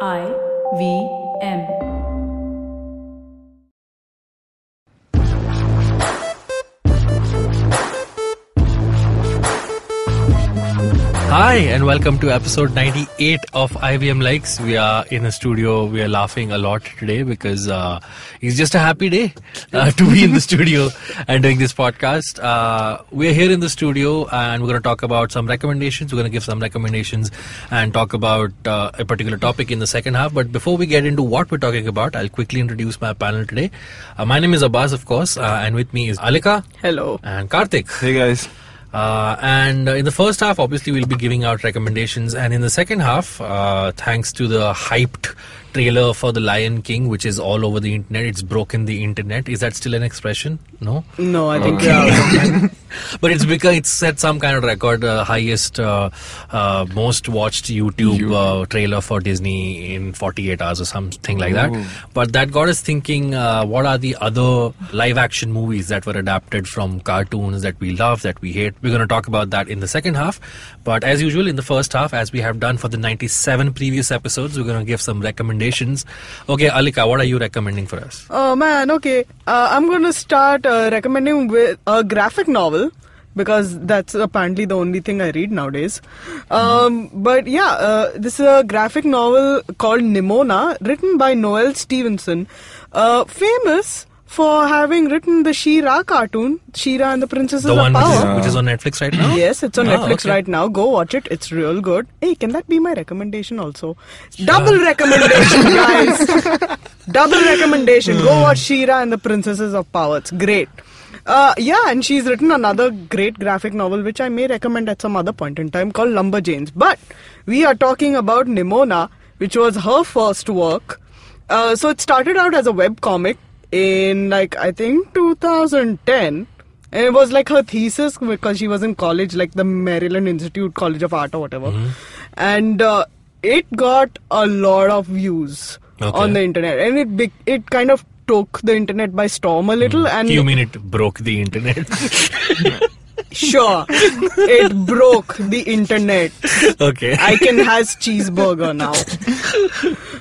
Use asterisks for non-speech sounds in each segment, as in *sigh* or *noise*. I V M. Hi, and welcome to episode 98 of IBM Likes. We are in a studio. We are laughing a lot today because uh, it's just a happy day uh, to be in the studio and doing this podcast. Uh, we're here in the studio and we're going to talk about some recommendations. We're going to give some recommendations and talk about uh, a particular topic in the second half. But before we get into what we're talking about, I'll quickly introduce my panel today. Uh, my name is Abbas, of course, uh, and with me is Alika Hello. and Karthik. Hey guys. Uh, and uh, in the first half, obviously, we'll be giving out recommendations. And in the second half, uh, thanks to the hyped trailer for The Lion King, which is all over the internet, it's broken the internet. Is that still an expression? No? No, I think uh, *laughs* but it's because it's set some kind of record, uh, highest, uh, uh, most watched YouTube uh, trailer for Disney in 48 hours or something like that. But that got us thinking: uh, what are the other live-action movies that were adapted from cartoons that we love, that we hate? We're going to talk about that in the second half. But as usual, in the first half, as we have done for the 97 previous episodes, we're going to give some recommendations. Okay, Alika, what are you recommending for us? oh man, okay. Uh, I'm gonna start uh, recommending with a graphic novel because that's apparently the only thing I read nowadays. Um, But yeah, uh, this is a graphic novel called Nimona, written by Noel Stevenson, uh, famous for having written the She-Ra cartoon, She-Ra and the Princesses The of one which Power. is, which is on Netflix right now. Yes, it's on Ah, Netflix okay. right now. Go watch it. It's real good. Hey, can that be my recommendation also? Double recommendation, *laughs* guys. Double recommendation. Go watch Shira and the Princesses of Power. It's great. Uh, yeah, and she's written another great graphic novel which I may recommend at some other point in time called Lumberjanes. But we are talking about Nimona, which was her first work. Uh, so it started out as a web comic in like I think 2010. And it was like her thesis because she was in college, like the Maryland Institute College of Art or whatever. And uh, it got a lot of views Okay. on the internet, and it be- it kind of took the internet by storm a little. And Mm. you mean it broke the internet? *laughs* sure, it broke the internet. okay. I can has *laughs* cheeseburger now.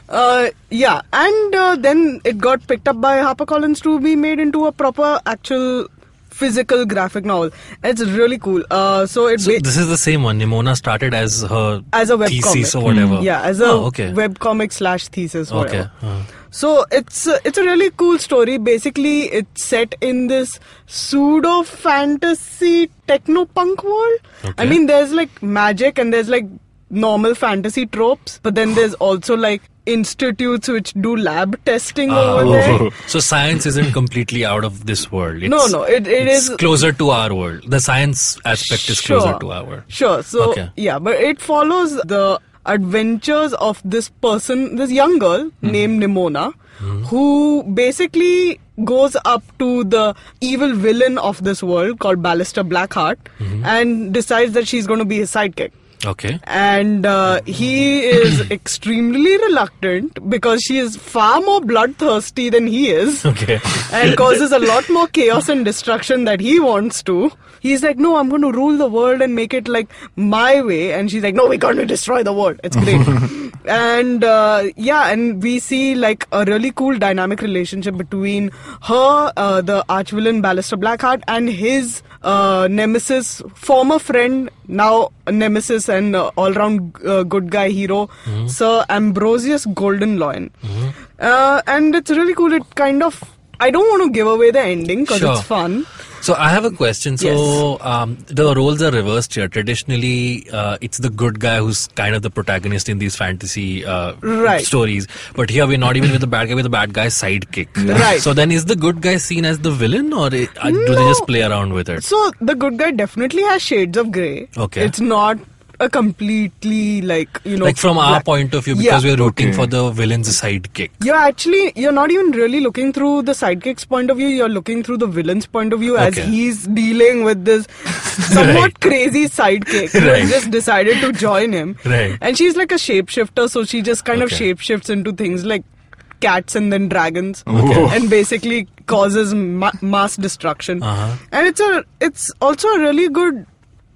Uh, yeah, and uh, then it got picked up by HarperCollins to be made into a proper actual physical graphic novel. It's really cool. Uh, so it So ba- this is the same one. Nimona started as her as a web thesis comic. Mm-hmm. or whatever. Yeah, as a oh, okay. web comic slash thesis. Whatever. Okay. Uh, So it's a, it's a really cool story. Basically, it's set in this pseudo fantasy techno punk world. I Okay. mean, there's like magic and there's like normal fantasy tropes, but then there's also like institutes which do lab testing ah, over okay. there. *laughs* So science isn't completely out of this world. It's, No, no, it- it it's is- closer to our world. The science aspect is closer to our. world. Sure. So Okay. yeah, but it follows the adventures of this person, this young girl Mm-hmm. named Nimona, who basically goes up to the evil villain of this world called Ballister Blackheart Mm-hmm. and decides that she's going to be his sidekick. Okay. And uh, Mm-hmm. he *coughs* is extremely reluctant because she is far more bloodthirsty than he is Okay. and causes a lot more chaos and destruction that he wants to. He's like, no, I'm going to rule the world and make it like my way. And she's like, no, we're going to destroy the world. It's great. and uh, yeah, and we see like a really cool dynamic relationship between her, uh, the archvillain Ballister Blackheart, and his uh, nemesis, former friend, now nemesis and uh, all-round uh, good guy hero, Sir Ambrosius Goldenloin. Uh, and it's really cool. It kind of I don't want to give away the ending because Sure. it's fun. So I have a question. So Yes. um, the roles are reversed here. Traditionally, uh, it's the good guy who's kind of the protagonist in these fantasy uh, Right. stories. But here we're not even with the bad guy; with the bad guy's sidekick. Right. So then, is the good guy seen as the villain, or i- uh, do they No. just play around with it? So the good guy definitely has shades of grey. Okay. It's not a completely like you know like from our black- point of view, Yeah. because we're rooting Okay. for the villain's sidekick. You're actually you're not even really looking through the sidekick's point of view. You're looking through the villain's point of view as Okay. he's dealing with this *laughs* somewhat Right. crazy sidekick who Right. just decided to join him. Right. And she's like a shapeshifter, so she just kind of Okay. shapeshifts into things like cats and then dragons, Okay. and basically causes ma- mass destruction. Uh-huh. And it's a it's also a really good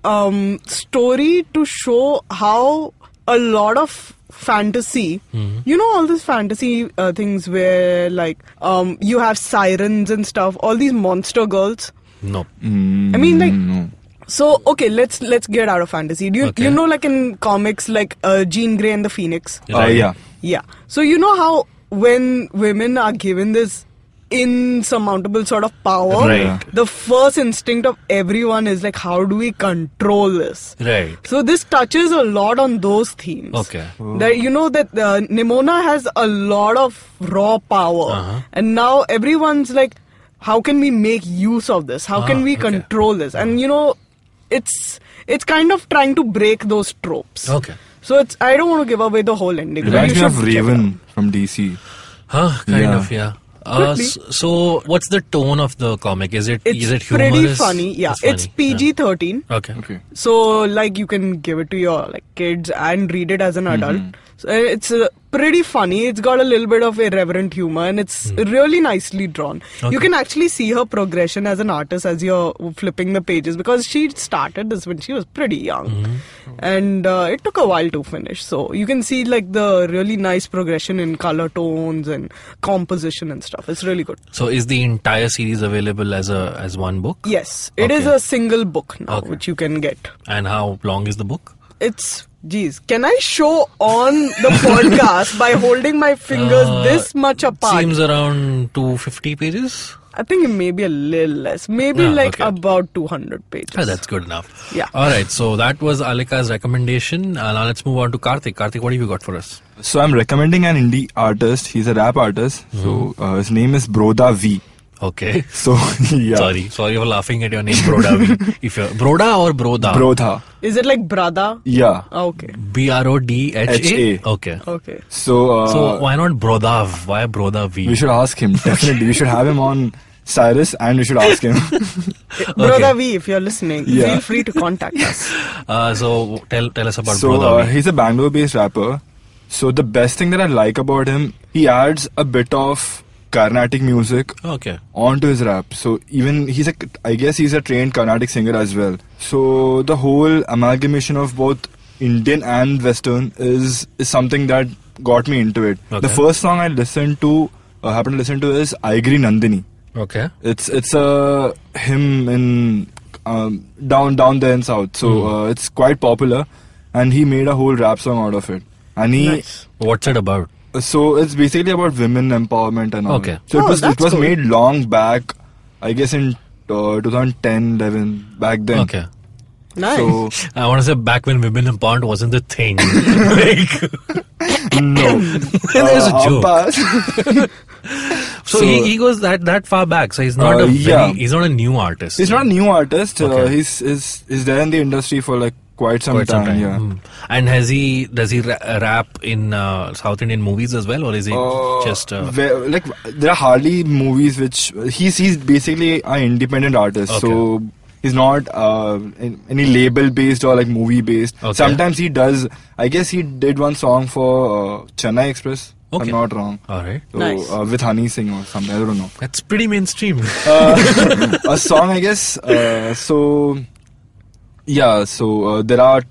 um, story to show how a lot of fantasy, Mm-hmm. you know all these fantasy uh, things where like um, you have sirens and stuff, all these monster girls. No. Mm. I mean, like, so okay, let's let's get out of fantasy. Do you Okay. you know like in comics, like uh, Jean Grey and the Phoenix? Uh, Right. Oh, yeah. Yeah. So you know how when women are given this insurmountable sort of power, Right. the first instinct of everyone is like, how do we control this? Right. So this touches a lot on those themes. Okay. That you know that uh, Nimona has a lot of raw power, Uh-huh. and now everyone's like, how can we make use of this? How Ah, can we okay. control this? And you know, it's it's kind of trying to break those tropes. Okay. So it's I don't want to give away the whole ending. but Reminds you me of should check it out. Raven from DC. Huh? Kind Yeah. of. Yeah. Uh, Could be. s- so, what's the tone of the comic? Is it It's is it humorous? pretty funny. Yeah, it's funny. PG thirteen. Yeah. Okay. Okay. So, like, you can give it to your like kids and read it as an Mm-hmm. adult. So uh, it's uh, pretty funny. It's got a little bit of irreverent humor, and it's really nicely drawn. Hmm. Okay. You can actually see her progression as an artist as you're flipping the pages because she started this when she was pretty young, Mm-hmm. and uh, it took a while to finish. So you can see like the really nice progression in color tones and composition and stuff. It's really good. So, is the entire series available as a as one book? Yes, it is Okay. a single book now, Okay. which you can get. And how long is the book? It's geez. Can I show on the podcast by holding my fingers Uh, this much apart? Seems around 250 pages. I think it may be a little less. Maybe Ah, like okay. about 200 pages. Yeah, that's good enough. Yeah. All right. So that was Alika's recommendation. Uh, now let's move on to Karthik. Karthik, what have you got for us? So I'm recommending an indie artist. He's a rap artist. Mm-hmm. So uh, his name is Broda V. Okay. So *laughs* yeah, Sorry. Sorry for laughing at your name, *laughs* Broda. V. if you're Broda or Broda? Brodha. Is it like Brada? Yeah. Oh, okay. B R O D H A. H.A.. Okay. Okay. So uh, So why not Brodav? Why Broda V? we should ask him definitely. we should have him on Cyrus, and we should ask *laughs* him. Brother V, if you're listening, Yeah. feel free to contact *laughs* us. Uh, so tell tell us about so Broda uh, V. he's a Bangalore-based rapper. So the best thing that I like about him, he adds a bit of Carnatic music Okay. onto his rap. So even he's a, I guess he's a trained Carnatic singer as well. So the whole amalgamation of both Indian and Western is is something that got me into it. Okay. The first song I listened to, uh, happened to listen to is Aigri Nandini. Okay. It's it's a hymn in um, down down there in south, so uh, it's quite popular, and he made a whole rap song out of it. And he nice. What's it about? so it's basically about women empowerment and all. Okay. So Oh, it was it that's was cool. made long back, I guess in uh, 2010 11 back then. Okay. Nice. So I want to say back when women empowerment wasn't the *laughs* thing. like, mm, no, *laughs* There's a Uh, joke. Abbas- So, So- he, he goes that that far back. So he's not Uh, a very, yeah. he's not a new artist. *laughs* he's not a new artist. Uh, Okay. he's is is there in the industry for like quite some Quite some time. time. Yeah. Hmm. And has he does he ra- rap in uh, South Indian movies as well, or is he Uh, just uh, where- like there are hardly movies which he's he's basically an independent artist so he's not uh, in- any label based or like movie based Okay. sometimes he does i guess he did one song for uh, chennai express if Okay. i'm not wrong all right? so, Nice. uh, with honey singh or something i *laughs* don't know That's pretty mainstream. uh, a song, I guess. Uh, so, yeah. So uh, there are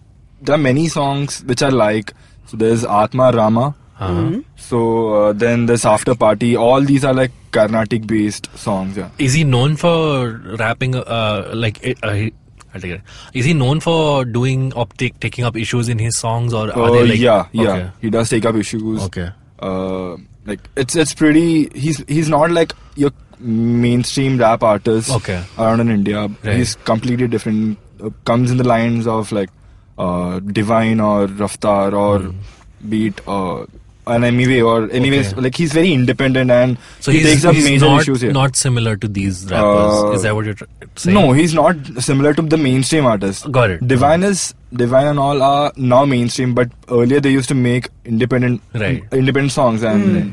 there are many songs which I like. So there's Atma Rama. Uh-huh. Mhm. So uh, then there's After Party. All these are like Carnatic based songs. Yeah. is he known for rapping? Uh, like, uh, uh, I take it. Is he known for doing optic taking up issues in his songs, or are Uh, they like yeah, yeah. Okay. He does take up issues. Okay. Uh, like it's it's pretty. He's he's not like your mainstream rap artist. Okay. Around in India, Right. he's completely different. Uh, comes in the lines of like uh, Divine or Raftar or Beat or an anyway or anyways Hmm. Okay. like he's very independent and So he he's, takes up he's major not, issues here. not similar to these rappers. Uh, is that what you're tr- saying? No, he's not similar to the mainstream artists. Got it. Divine is Divine and all are now mainstream, but earlier they used to make independent, Right. independent songs, and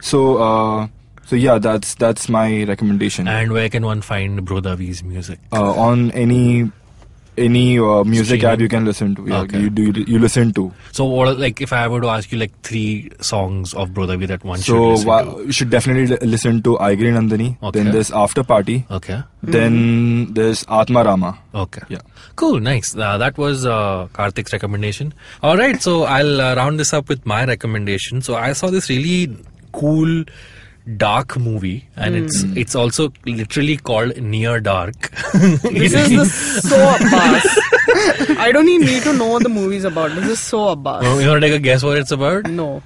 so uh, so yeah, that's that's my recommendation. And where can one find Brodavi's music? uh, on any any uh, music Streaming? app you can listen to. Yeah, Okay. you, do, you, you listen to. So, what are- like if I were to ask you like three songs of Brodavi that one should so listen wha- to? you should definitely li- listen to Aigri Okay. Nandini. Uh, Then there's After Party. Okay. Then there's Atma Rama. Okay. Yeah. Cool. Nice. Uh, that was uh, Karthik's recommendation. All right. So I'll uh, round this up with my recommendation. So I saw this really cool dark movie and it's Hmm. it's also literally called near dark *laughs* This is the so *laughs* Abbas. I don't even need to know what the movie's about. This is so Abbas. *laughs* you want to take a guess what it's about No.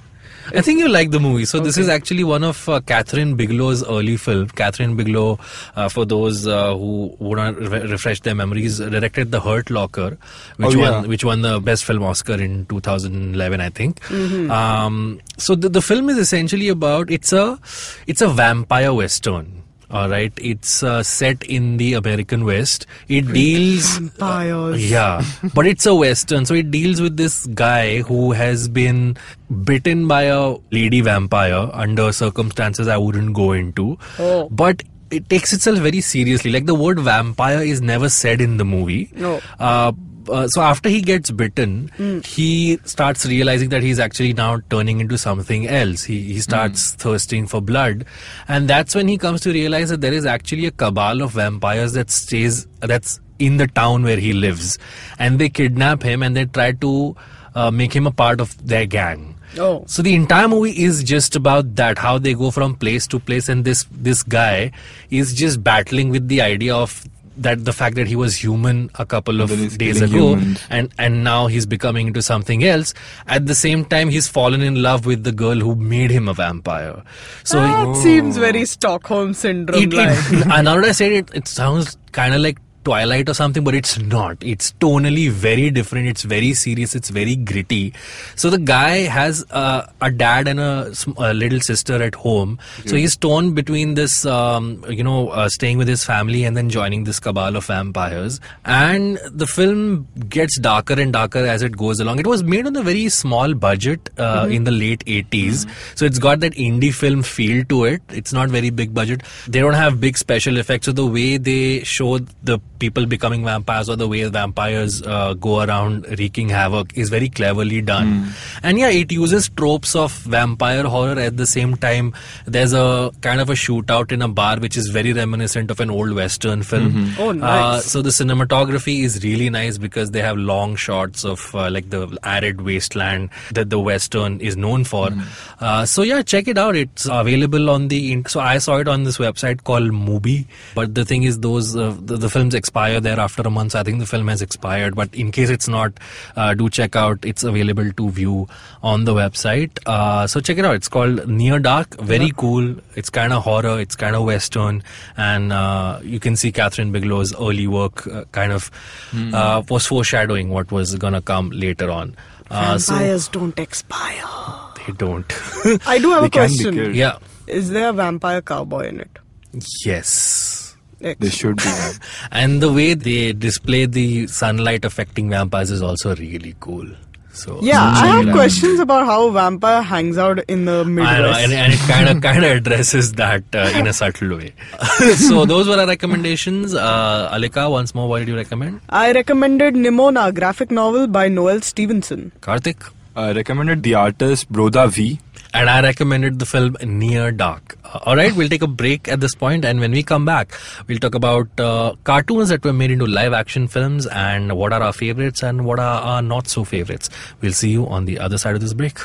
I think you like the movie. So this is actually one of uh, Catherine Bigelow's early film. Catherine Bigelow, uh, for those uh, who want to re- refresh their memories, directed The Hurt Locker, which Oh, yeah. won which won the Best Film Oscar in 2011, I think. Mm-hmm. Um, so the, the film is essentially about it's a it's a vampire western. All right, it's uh, set in the American West. It deals uh, Vampires. yeah, but it's a western, so it deals with this guy who has been bitten by a lady vampire under circumstances I wouldn't go into. Oh. But it takes itself very seriously. Like the word vampire is never said in the movie. No. Uh, uh, so after he gets bitten, he starts realizing that he's actually now turning into something else. He he starts thirsting for blood, and that's when he comes to realize that there is actually a cabal of vampires that stays that's in the town where he lives, and they kidnap him and they try to uh, make him a part of their gang. Oh. So the entire movie is just about that, how they go from place to place, and this this guy is just battling with the idea of that the fact that he was human a couple of Then he's days killing ago humans. and and now he's becoming into something else at the same time he's fallen in love with the girl who made him a vampire so That seems very Stockholm syndrome. it, like. it, *laughs* and now that I said it, it sounds kind of like Twilight or something, but it's not. It's tonally very different. It's very serious. It's very gritty. So the guy has uh, a dad and a, sm- a little sister at home. So he's torn between this, um, you know, uh, staying with his family and then joining this cabal of vampires. And the film gets darker and darker as it goes along. It was made on a very small budget uh, in the late 80s. So it's got that indie film feel to it. It's not very big budget. They don't have big special effects. So the way they show the people becoming vampires or the way vampires uh, go around wreaking havoc is very cleverly done. And yeah, it uses tropes of vampire horror at the same time. There's a kind of a shootout in a bar which is very reminiscent of an old western film. Oh, nice. Uh, so the cinematography is really nice because they have long shots of uh, like the arid wasteland that the western is known for uh, so yeah check it out it's available on the in- so i saw it on this website called mubi but the thing is those uh, the, the films expire there after a month so i think the film has expired but in case it's not uh, do check out it's available to view on the website uh, so check it out it's called near dark very cool it's kind of horror it's kind of western and uh, you can see catherine bigelow's early work uh, kind of uh, was foreshadowing what was gonna come later on uh, so Vampires don't expire. they don't I do have They a can be question. killed. yeah Is there a vampire cowboy in it? yes They Ex- should be. and the way they display the sunlight affecting vampires is also really cool so Yeah, so I check have it out. questions about how a vampire hangs out in the I know, Midwest. and, and it *laughs* kind of kind of addresses that uh, in a subtle way. so those were our recommendations. Uh, Alika, once more, what did you recommend? I recommended Nimona, a graphic novel by Noel Stevenson. Karthik. I recommended the artist Broda V. And I recommended the film Near Dark. Uh, all right, we'll take a break at this point, and when we come back, we'll talk about uh, cartoons that were made into live action films and what are our favorites and what are our not so favorites. We'll see you on the other side of this break.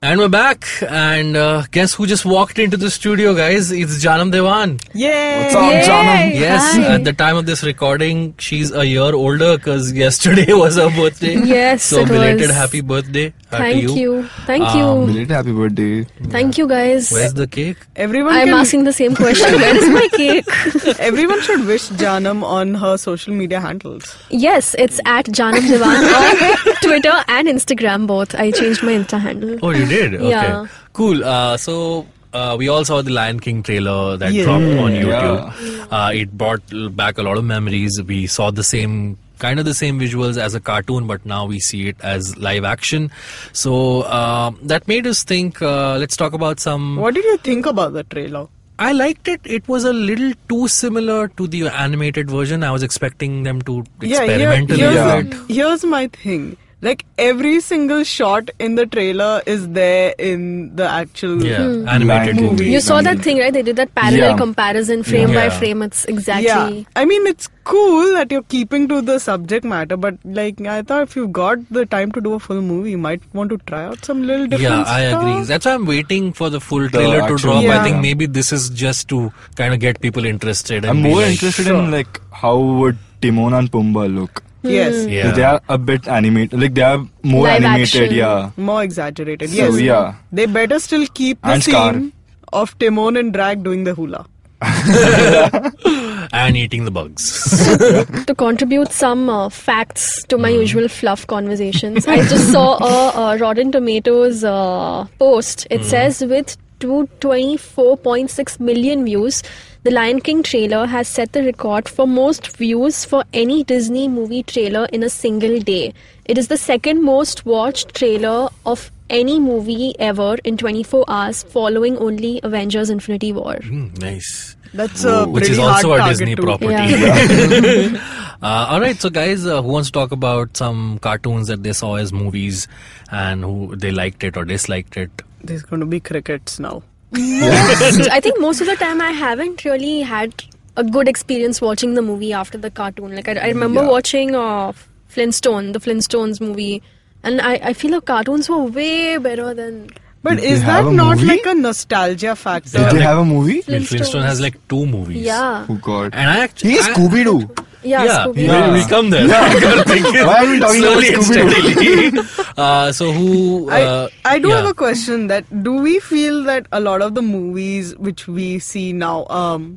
And we're back, and uh, guess who just walked into the studio, guys? It's Janam Devan. Yay! What's up, Janam? Um, Yes, hi. at the time of this recording, she's a year older because yesterday *laughs* was her birthday. Yes, so it belated was. happy birthday. uh, to Thank you. Thank Um, you. Belated happy birthday. Thank you guys. Where's the cake? Everyone I'm can, asking the same question. Where is my cake? *laughs* everyone should wish Janam on her social media handles. yes, it's at Janam Devan on Twitter and Instagram both. I changed my Insta handle. Oh, you did. Okay, Yeah. cool. Uh, so. Uh, we all saw the Lion King trailer that Yeah. dropped on YouTube. Uh, it brought l- back a lot of memories. We saw the same kind of the same visuals as a cartoon, but now we see it as live action. So uh, that made us think. Uh, let's talk about some. What did you think about the trailer? I liked it. It was a little too similar to the animated version. I was expecting them to experiment a here- little Yeah. here's, bit. here's my thing. Like every single shot in the trailer is there in the Hmm. actual. Yeah, animated Lion movie. King. You saw that thing, right? They did that parallel Yeah. comparison frame by Yeah. frame. It's Yeah, exactly. I mean it's cool that you're keeping to the subject matter, but like I thought, if you got the time to do a full movie, you might want to try out some little different Yeah, I stuff. agree. That's why I'm waiting for the full trailer to actual drop. I Yeah. think maybe this is just to kind of get people interested. And I'm be more like, interested sure. in like how would Timon and Pumbaa look? Yes, Yeah. They are a bit animated. Like they are more Live animated. action. Yeah. more exaggerated. So, Yes, yeah. They better still keep the And scene Scar. of Timon and Drag doing the hula. and eating the bugs. *laughs* To contribute some uh, facts to my usual fluff conversations, I just saw a, uh Rotten Tomatoes uh, post. It says with 224.6 million views, the Lion King trailer has set the record for most views for any Disney movie trailer in a single day. It is the second most watched trailer of any movie ever in 24 hours, following only Avengers Infinity War. Hmm, nice. That's a Which pretty is hard also a target Disney to- property. *laughs* Yeah. Uh, all right, so guys, uh, who wants to talk about some cartoons that they saw as movies and who they liked it or disliked it? There's going to be crickets now. *laughs* most i think most of the time i haven't really had a good experience watching the movie after the cartoon like i, I remember Yeah. watching uh, flintstone the flintstones movie and I, I feel like cartoons were way better than But Did is they that have a not movie? like a nostalgia factor? Did they have a movie? I mean, Flintstone has Flintstones. like two movies. yeah Oh God. And I actually. He is *laughs* Scooby Doo. yeah, yeah, Scooby. Yeah. We'll, we'll come there. *laughs* Why are we talking about Slowly and Scooby Doo? steadily. *laughs* uh, so who? I, Uh, I do yeah. have a question that do we feel that a lot of the movies which we see now um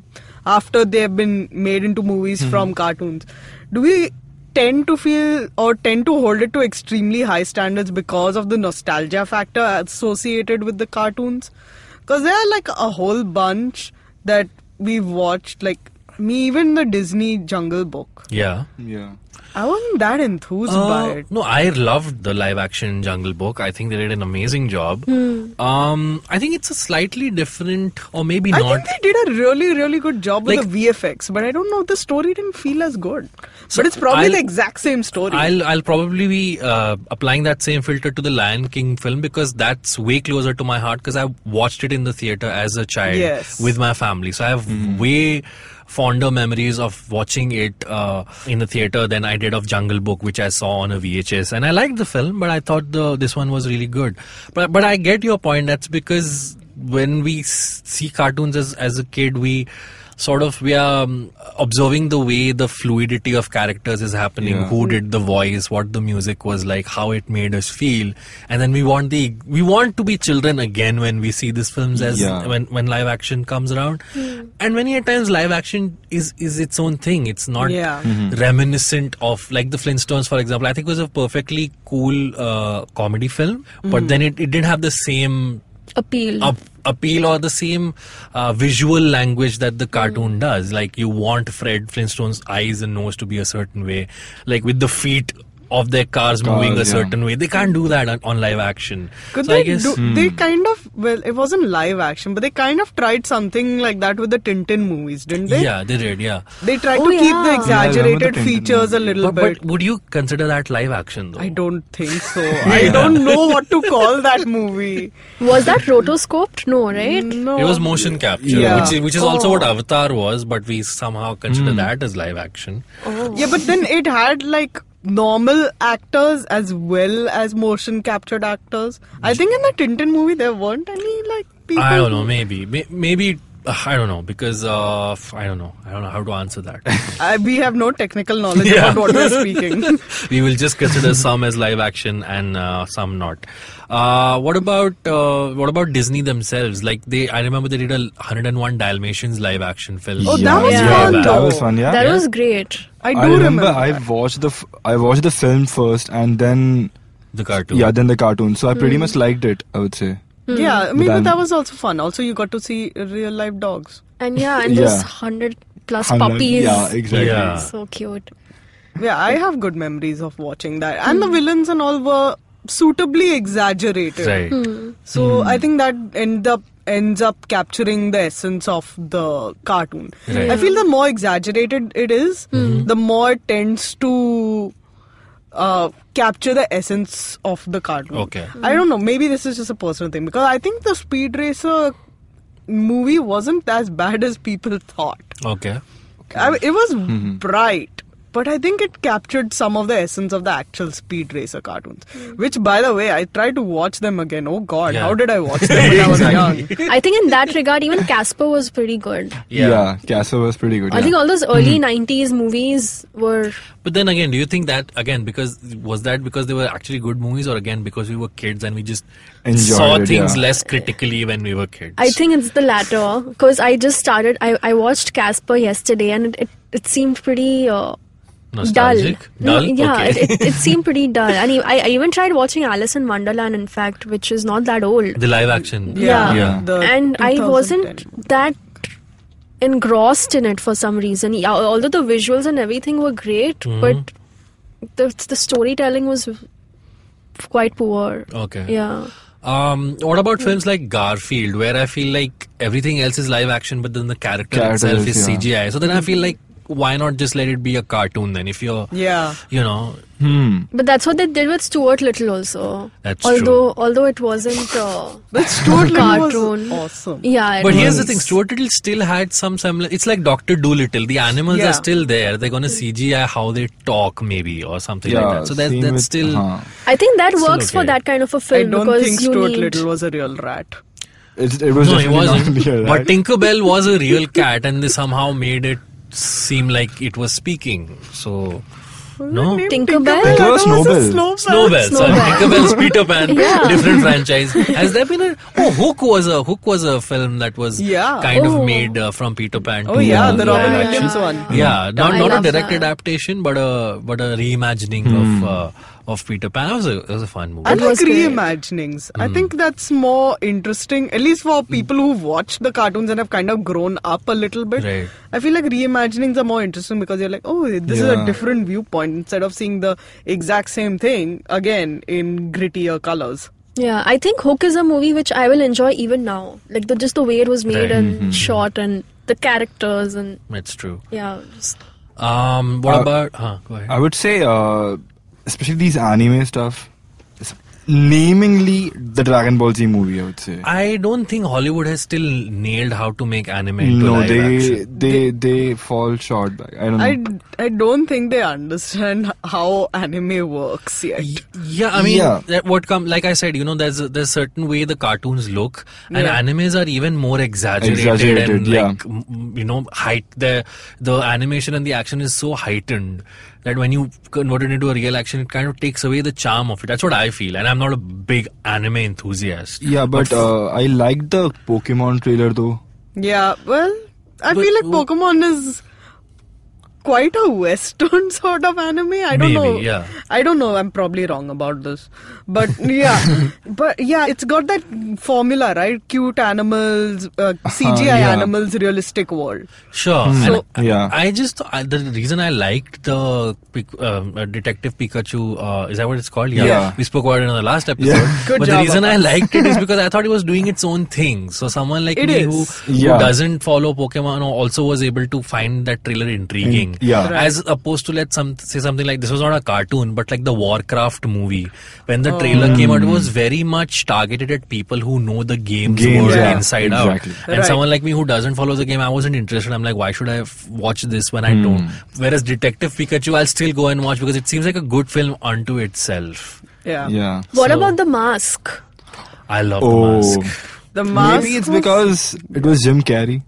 after they have been made into movies Hmm. from cartoons do we tend to feel or tend to hold it to extremely high standards because of the nostalgia factor associated with the cartoons cuz there are like a whole bunch that we've watched like me even the Disney Jungle Book Yeah. *laughs* Yeah. I wasn't that enthused by Uh, it No, I loved the live action Jungle Book. I think they did an amazing job. Um, I think it's a slightly different, or maybe Hmm. I not. think they did a really, really good job with Like- the VFX, but I don't know. The story didn't feel as good. but it's probably I'll- the exact same story. I'll I'll probably be uh, applying that same filter to the Lion King film because that's way closer to my heart because I watched it in the theater as a child Yes. with my family. So I have Hmm. way fonder memories of watching it uh, in the theater than I did of Jungle Book, which I saw on a VHS. And I liked the film, but I thought the this one was really good. But but I get your point. That's because when we s- see cartoons as as a kid, we sort of we are um, observing the way the fluidity of characters is happening Yeah. who did the voice what the music was like how it made us feel and then we want the we want to be children again when we see these films as Yeah. when when live action comes around and many a times live action is is its own thing it's not Yeah. Mhm. reminiscent of like the flintstones for example i think was a perfectly cool uh, comedy film Mm-hmm. but then it, it didn't have the same appeal up, appeal or the same uh, visual language that the cartoon Mm. does. Like you want Fred Flintstone's eyes and nose to be a certain way, like with the feet of their cars, moving a Cars, yeah. certain way. They can't do that on, on live action. Could So I they guess- Hmm. do? They kind of well, it wasn't live action, but they kind of tried something like that with the Tintin movies, didn't they? yeah, they did. Yeah, They tried Oh, to keep yeah. the Yeah, I remember the exaggerated Tintin features a movie. little but, bit. but would you consider that live action though? I don't think *laughs* so. I don't know what to call that movie. was that rotoscoped no right No. It was motion capture, Yeah. which is, which is also Oh. what Avatar was, but we somehow consider that as live action. oh. Yeah, but then it had like normal actors as well as motion captured actors. I think in the Tintin movie there weren't any like people. I don't who- know. Maybe, May- maybe uh, I don't know because uh, I don't know. I don't know how to answer that. *laughs* I, we have no technical knowledge Yeah. about what *laughs* we're speaking. we will just consider some as live action and uh, some not. Uh, what about uh, what about Disney themselves? Like they, I remember they did a 101 Dalmatians live action film. Oh, that Yeah, was yeah, fun That though. was fun. Yeah. that Yeah. was great I do I remember, I that. watched the f- I watched the film first and then the cartoon. yeah then the cartoon. So I pretty much liked it. I would say. Yeah, I mean, but Then- that was also fun. Also, you got to see real life dogs. and yeah and those Yeah. 100 plus Hundred- puppies Yeah, exactly. Yeah. *laughs* so cute Yeah, I have good memories of watching that. And the villains and all were suitably exaggerated. right. So I think that ended up ends up capturing the essence of the cartoon. Right. Hmm. I feel the more exaggerated it is, the more it tends to uh, capture the essence of the cartoon. Okay. I don't know. Maybe this is just a personal thing because I think the Speed Racer movie wasn't as *laughs* bad as people thought. Okay. I mean, it was bright, but I think it captured some of the essence of the actual Speed Racer cartoons. Which, by the way, I tried to watch them again. Oh God, Yeah. how did I watch them when I was young? I think in that regard, even Casper was pretty good. Yeah, Castle was pretty good. I yeah. think all those early Mm. 90s movies were. But then again, do you think that again because was that because they were actually good movies, or again because we were kids and we just Enjoyed saw it, things yeah. less critically when we were kids? I think it's the latter because I just started. I, I watched Casper yesterday and it, it, it seemed pretty uh, nostalgic, No, dull. yeah, okay. it, it, it seemed pretty dull. And e- I, I even tried watching Alice in Wonderland, in fact, which is not that old. *laughs* the live action. Yeah. Yeah. the and I 2010. wasn't that engrossed in it for some reason. Yeah, although the visuals and everything were great, Mm-hmm. but the, the storytelling was quite poor. Okay. Yeah. Um, what about films like Garfield, where I feel like everything else is live action, but then the character Character itself is, is yeah. CGI? So then I feel like why not just let it be a cartoon then? If you're, *laughs* yeah. you know, Hmm. But that's what they did with Stuart Little also. That's true. although although it wasn't uh, But Stuart Little was cartoon. awesome. yeah. it But here's the was. thing: Stuart Little still had some semblance. It's like Doctor Dolittle. The animals Yeah. are still there. They're gonna CGI how they talk, maybe, or something Yeah, like that. So that's same that's with- still. uh-huh. I think that works for okay. that kind of a I film don't because think you Stuart need. Little was a real rat. It, it *laughs* was No, he definitely not wasn't. clear, But right? Tinkerbell was a real cat, and they somehow made it seem like it was speaking. So no. Name Tinkerbell? I Tinkerbell, thought it was a Snowbell. Snowbell, sorry, *laughs* Snowbell. Tinkerbell's Peter Pan, Yeah. different franchise. Has there been a oh Hook was a Hook was a film that was Yeah. kind Oh. of made uh, from Peter Pan. Oh to, yeah, uh, the Robin Yeah. Williams Yeah. one. yeah, not I not a love direct that. adaptation, but a but a reimagining Hmm. of uh, of Peter Pan. It was a, it was a fun movie. I It like was great. Hmm. reimaginings. I think that's more interesting, at least for people who've watched the cartoons and have kind of grown up a little bit. Right. I feel like reimaginings are more interesting because you're like, oh, this is a Yeah. different viewpoint instead of seeing the exact same thing again in grittier colors. Yeah, I think Hook is a movie which I will enjoy even now. Like the just the way it was made Right. Mm-hmm. and shot and the characters and That's true. yeah, just, Um, what Uh, about? Huh, go ahead. I would say, uh, especially these anime stuff, it's namingly the Dragon Ball Z movie, I would say. I don't think Hollywood has still nailed how to make anime into no, live they, action. they they fall short. Back. I don't Hmm. know. I, I don't think they understand how anime works yet. Y- Yeah, I mean, Yeah. that what come like I said, you know, there's a, there's certain way the cartoons look, and Yeah. animes are even more exaggerated, Exaggerated, and yeah. like m- m- you know, height the the animation and the action is so heightened that when you convert it into a real action, it kind of takes away the charm of it. That's what I feel, and I'm not a big anime enthusiast. yeah, but uh, I liked the Pokemon trailer though. Yeah, well, I But- feel like Pokemon is quite a Western *laughs* sort of anime. I don't Maybe, know. yeah. I don't know. I'm probably wrong about this, but yeah, *laughs* but yeah, it's got that formula, right? Cute animals, uh, Uh-huh, CGI yeah. animals, realistic world. Sure. So- and Yeah. Hmm. I, I just I, the reason I liked the Pic- um, uh, Detective Pikachu uh, is that what it's called? Yeah. We spoke about it in the last episode. Yeah. Good but job, the reason I Akash. liked *laughs* it is because I thought it was doing its own thing. So someone like It me is. who, Yeah. who doesn't follow Pokemon also was able to find that trailer intriguing. In- yeah. Right. As opposed to let some say something like this was not a cartoon but like the Warcraft movie when Oh. the trailer came Hmm. out it was very much targeted at people who know the game's Games, world yeah. inside Exactly. out. And Right. someone like me who doesn't follow the game, I wasn't interested. I'm like, why should I f- watch this when I Hmm. don't? Whereas Detective Pikachu, I'll still go and watch because it seems like a good film unto itself. Yeah, Yeah. what So- about the mask? I love the Oh, mask. the mask. maybe it's was- because it was Jim Carrey.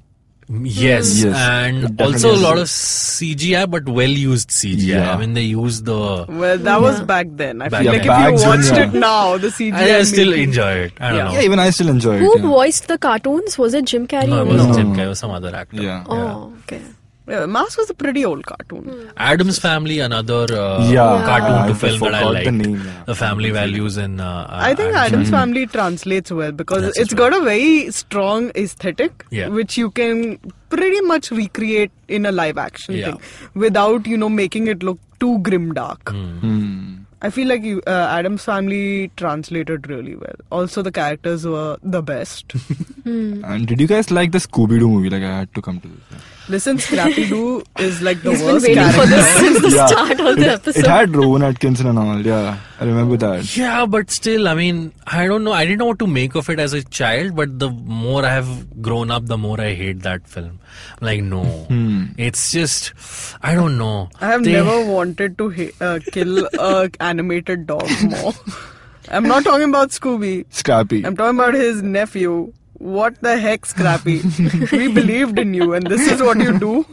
Yes, Yes, it and definitely also a is. lot of CGI, but well used CGI. Yeah. I mean, they use the. Well, that was back then. I Back feel then. like Back if you then, watched yeah. it now, the CGI. I, I still making- enjoy it. I don't Yeah. know. Yeah, even I still enjoy Who it. yeah. voiced the cartoons? Was it Jim Carrey? No, it wasn't No. Jim Carrey. It was some other actor. Yeah. Oh, okay. Yeah, mask was a pretty old cartoon. Adam's Family, another uh, Yeah. cartoon to I film that I forgot liked. the name, yeah. The family values and uh, I think Adam's Adam's Family translates well because That's it's true. got a very strong aesthetic, Yeah. which you can pretty much recreate in a live action Yeah. thing without you know making it look too grim dark. Hmm. Hmm. I feel like you, uh, *laughs* Adam's Family translated really well. Also, the characters were the best. And did you guys like the Scooby Doo movie? Like, I had to come to this. Listen, Scrappy Doo is like the He's been worst waiting for character. this since the Yeah. start of the episode. It had Rowan Atkinson and all. Yeah, I remember that. Yeah, but still, I mean, I don't know. I didn't know what to make of it as a child, but the more I have grown up, the more I hate that film. I'm like, no, Hmm. it's just, I don't know. I have They- never wanted to ha- uh, kill a *laughs* animated dog *laughs* more. I'm not talking about Scooby. Scrappy. I'm talking about his nephew. What the heck, Scrappy? we believed in you, and this is what you do.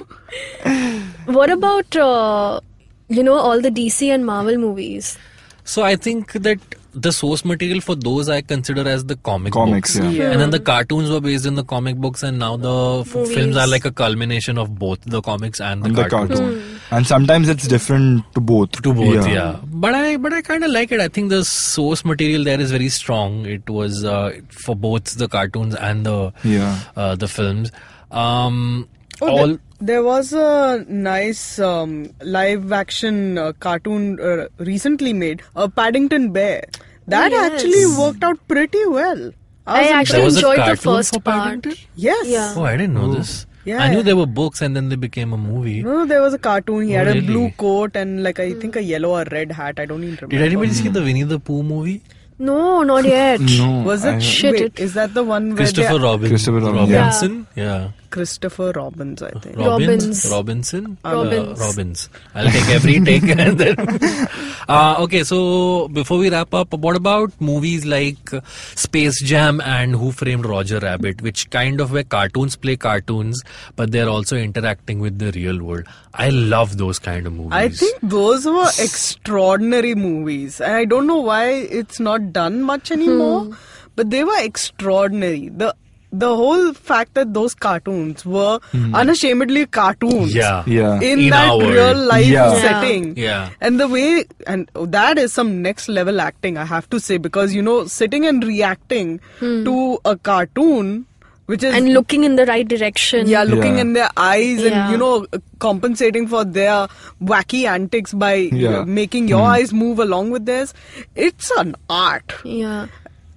What about uh, you know all the DC and Marvel movies? So I think that the source material for those I consider as the comic Comics, books. yeah. Yeah. And then the cartoons were based in the comic books, and now the f- films Movies. are like a culmination of both the comics and the And the cartoons. cartoon. And sometimes it's different to both. to both yeah, but i but i kind of like it i think the source material there is very strong it was uh, for both the cartoons and the Yeah. uh, the films um Oh, all there, there was a nice um, live action uh, cartoon uh, recently made, a Paddington Bear. That Oh, yes. actually worked out pretty well. I, was actually There was a enjoyed the cartoon for first part. Paddington? Yes. Yeah. oh i didn't know this Yeah. i knew there were books and then they became a movie No, there was a cartoon. He Oh, had a really? blue coat and like I think a yellow or red hat. I don't even remember. did anybody see the winnie the pooh movie No, not yet. No. Was it? I, Shit, Wait, it- is that the one where christopher they, robin Christopher Robin, yeah. robinson yeah, Christopher Robbins? I think. Robbins, Robbins. Robinson, Robbins. Uh, Robbins. I'll take every take. *laughs* and then, uh, okay, so before we wrap up, what about movies like uh, Space Jam and Who Framed Roger Rabbit, which kind of where cartoons play cartoons, but they're also interacting with the real world. I love those kind of movies. I think those were extraordinary movies, and I don't know why it's not done much anymore. But they were extraordinary. The the whole fact that those cartoons were unashamedly cartoons. Hmm. Yeah. yeah. In, In that our world. real life Yeah. Yeah. setting. Yeah. And the way, and that is some next level acting, I have to say, because you know, sitting and reacting to a cartoon, which is And looking in the right direction. yeah, looking Yeah. in their eyes and Yeah. you know compensating for their wacky antics by Yeah. Hmm. uh, making your eyes move along with theirs. It's an art. Yeah.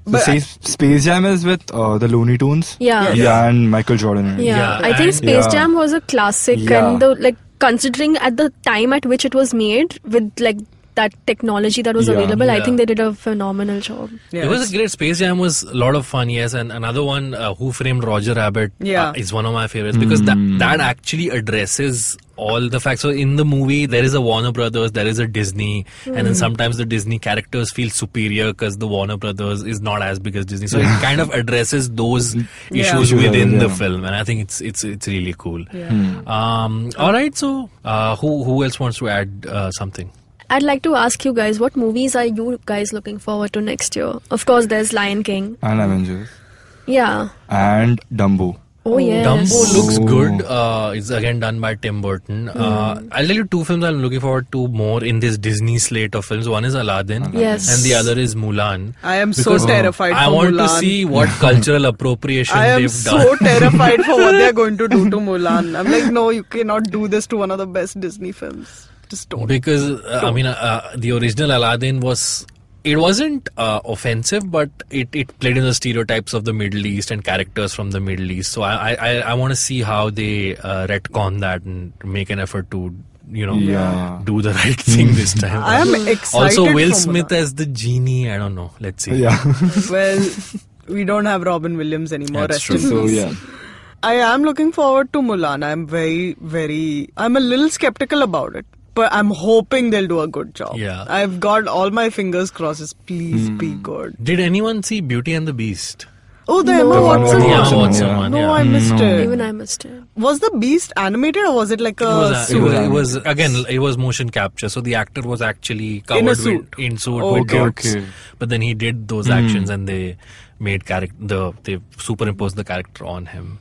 The But- same Space Jam is with uh, the Looney Tunes. Yeah. yeah. Yeah. and Michael Jordan. Yeah, I think and- Space Yeah. Jam was a classic Yeah. and the like considering at the time at which it was made with like that technology that was Yeah. available, I Yeah. think they did a phenomenal job. Yeah, It was it's- a great Space Jam was a lot of fun, yes, and another one, uh, Who Framed Roger Rabbit, Yeah. uh, is one of my favorites because that that actually addresses all the facts. So in the movie, there is a Warner Brothers, there is a Disney, and Hmm. then sometimes the Disney characters feel superior because the Warner Brothers is not as big as Disney. So it kind of addresses those issues Issues, within the yeah. film, and I think it's it's it's really cool. Um, all right, so uh, who who else wants to add uh, something? I'd like to ask you guys what movies are you guys looking forward to next year? Of course there's Lion King. And Avengers. Yeah. And Dumbo. Oh yes. Dumbo looks Oh. good. Uh, it's again done by Tim Burton. Uh, Hmm. I'll tell you two films I'm looking forward to more in this Disney slate of films. One is Aladdin, Yes. and the other is Mulan. I am so Because terrified I for want to Mulan. see *laughs* what cultural appropriation I am they've so done. terrified for what they're going to do to *laughs* Mulan. I'm like, no, you cannot do this to one of the best Disney films. Just *laughs* don't. because uh, I mean, uh, uh, the original Aladdin was. It wasn't uh, offensive, but it, it played in the stereotypes of the Middle East and characters from the Middle East. So I I, I- I want to see how they uh, retcon that and make an effort to you know Yeah. do the right *laughs* thing this time. I am excited. also, Will for Smith Mulan. as the genie. I don't know. Let's see. Yeah. *laughs* well, we don't have Robin Williams anymore. That's true. Rest in *laughs* so, peace. yeah. I am looking forward to Mulan. I'm very, very. I'm a little skeptical about it, but I'm hoping they'll do a good job. Yeah. Hmm. I've got all my fingers crosses. Please be good. Did anyone see Beauty and the Beast? Oh, the No. Emma The one Watson. with Yeah, Watson, Watson yeah. one. No, yeah. I missed No. it. Even I missed it. was the Beast animated or was it like a, Oh, It was, it, suit? was, it was- again. It was motion capture, so the actor was actually covered suit. With, in suit with Okay, dots. okay. But then he did those actions, and they made character. The, they superimposed the character on him.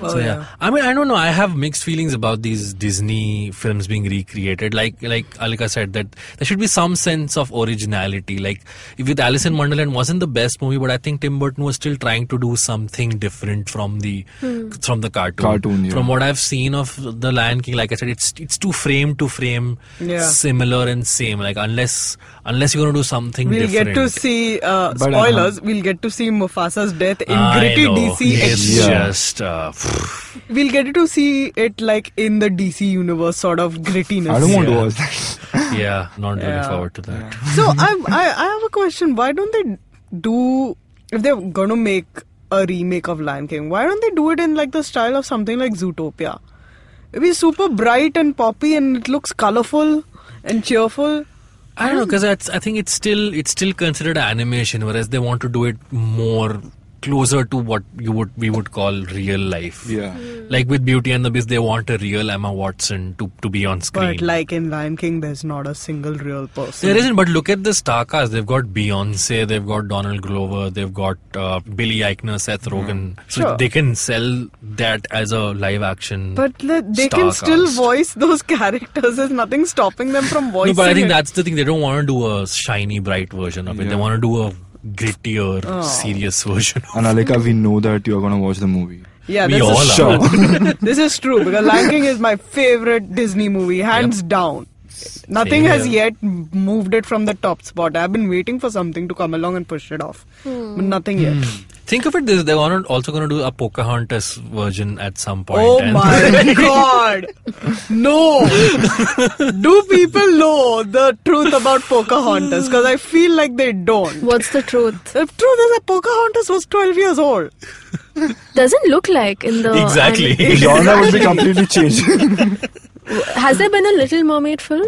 Oh, so yeah. I mean, I don't know. I have mixed feelings about these Disney films being recreated. Like, like Alika said, that there should be some sense of originality. Like, if with Alice in Wonderland wasn't the best movie, but I think Tim Burton was still trying to do something different from the Hmm. from the cartoon. Cartoon, yeah. From what I've seen of the Lion King, like I said, it's it's too frame to frame, Yeah. similar and same. Like unless unless you're gonna do something We'll different. get to see uh, But, uh, spoilers. we'll get to see Mufasa's death in I gritty know. DC It's action. Yeah. just uh, *sighs* We'll get to see it like in the DC universe, sort of grittiness. I don't want to Yeah. watch that. *laughs* yeah, not Yeah. looking forward to that. so I, I I have a question. Why don't they do if they're gonna make a remake of Lion King? Why don't they do it in like the style of something like Zootopia? It'd be super bright and poppy, and it looks colorful and cheerful. I don't know because I think it's still it's still considered animation, whereas they want to do it more closer to what you would we would call real life. Yeah. Like with Beauty and the Beast, they want a real Emma Watson to to be on screen. But like in Lion King, there's not a single real person. there isn't, but look at the star cast. They've got Beyonce, they've got Donald Glover, they've got uh, Billy Eichner, Seth Mm-hmm. Rogen. So Sure. they can sell that as a live action. But le- they star can still cast. voice those *laughs* characters. There's nothing stopping them from No, voicing. but I think it. that's the thing. They don't want to do a shiny, bright version of it. They Yeah. want to do a grittier, Oh. serious *laughs* version. And Alika, we know that you're gonna watch the *laughs* movie. yeah, we this all is are. *laughs* true. *laughs* this is true because Lion King is my favorite Disney movie, hands down. Nothing Same has here. yet moved it from the top spot. I've been waiting for something to come along and push it off, but nothing yet. Think of it this they're gonna, also going to do a Pocahontas version at some point. Oh and- *laughs* my god! No! Do people know the truth about Pocahontas? Because I feel like they don't. What's the truth? The truth is that Pocahontas was 12 years old. Doesn't look like in the Exactly. The genre would be completely changed. *laughs* anime. *laughs* Has there been a Little Mermaid film?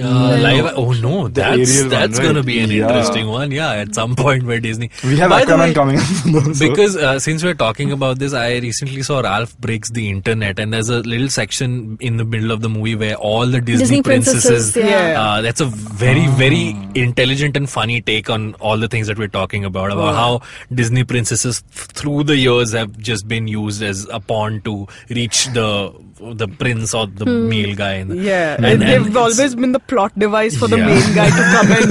Uh, live, oh no, that's aerial one, that's going to right? be an Yeah. interesting one. Yeah, at some point where Disney. we have By the Aquaman way, coming up. *laughs* so- Because uh, since we're talking about this, I recently saw Ralph Breaks the Internet, and there's a little section in the middle of the movie where all the Disney, Disney princesses, yeah. Ah. Uh, that's a very, very intelligent and funny take on all the things that we're talking about about how Disney princesses f- through the years have just been used as a pawn to reach the the prince or the male guy. in the- Hmm. Yeah, and- and, and they've it's- always been the plot device for the Yeah. main guy to come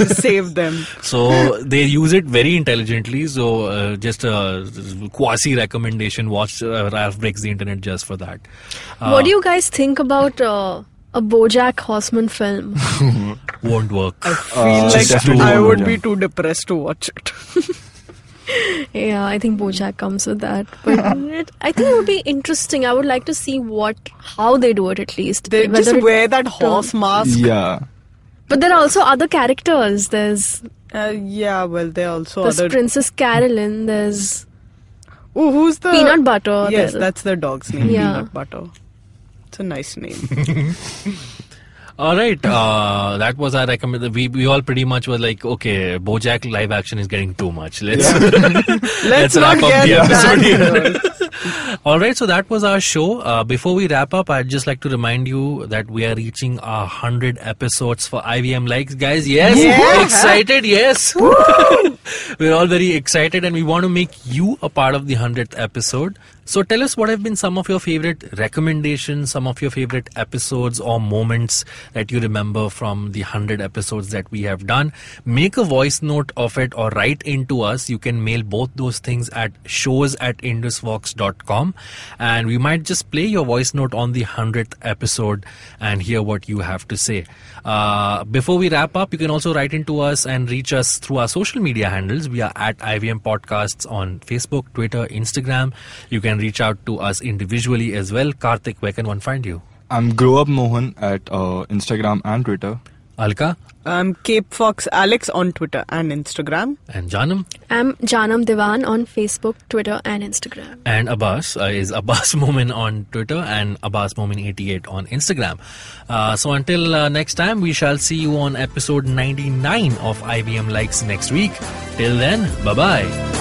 *laughs* and save them. So they use it very intelligently. So uh, just a quasi recommendation: watch uh, Ralph Breaks the Internet just for that. Uh, what do you guys think about uh, a BoJack *laughs* Horseman film? Won't work. Feel Uh, like definitely I won't would watch be it. too depressed to watch *laughs* it. yeah, I think BoJack comes with that. But it, I think it would be interesting. I would like to see what how they do it at least. They Whether just it- wear that horse mask. yeah. But there are also other characters. There's Uh, yeah, well, they're also there's Oh, other. Princess Carolyn. There's Oh, who's the Peanut Butter. Yes, there- that's the dog's name. Yeah. Peanut Butter. It's a nice *laughs* name. All right, uh, that was our recommend. We we all pretty much were like, okay, BoJack live action is getting too much. Let's Let's, Let's not wrap up get the that. *laughs* episode Here. All right, so that was our show. Uh, before we wrap up, I'd just like to remind you that we are reaching our 100 episodes for IVM Likes. Guys, yes, Yeah. excited, yes. *laughs* We're all very excited and we want to make you a part of the 100th episode. So tell us what have been some of your favorite recommendations, some of your favorite episodes or moments that you remember from the 100 episodes that we have done. Make a voice note of it or write into us. You can mail both those things at shows at indusvox.com and we might just play your voice note on the 100th episode and hear what you have to say. Uh, before we wrap up, you can also write into us and reach us through our social media handles. We are at IVM Podcasts on Facebook, Twitter, Instagram. You can reach out to us individually as well. Karthik, where can one find you? I'm Grow Up Mohan at uh, Instagram and Twitter. Alka I'm Cape Fox Alex on Twitter and Instagram. and Janam I'm Janam Devan on Facebook, Twitter, and Instagram. and Abbas uh, is Abbas *laughs* Momin on Twitter and Abbas Momin88 on Instagram. Uh, so until uh, next time, we shall see you on episode 99 of IBM Likes next week. Till then, bye bye.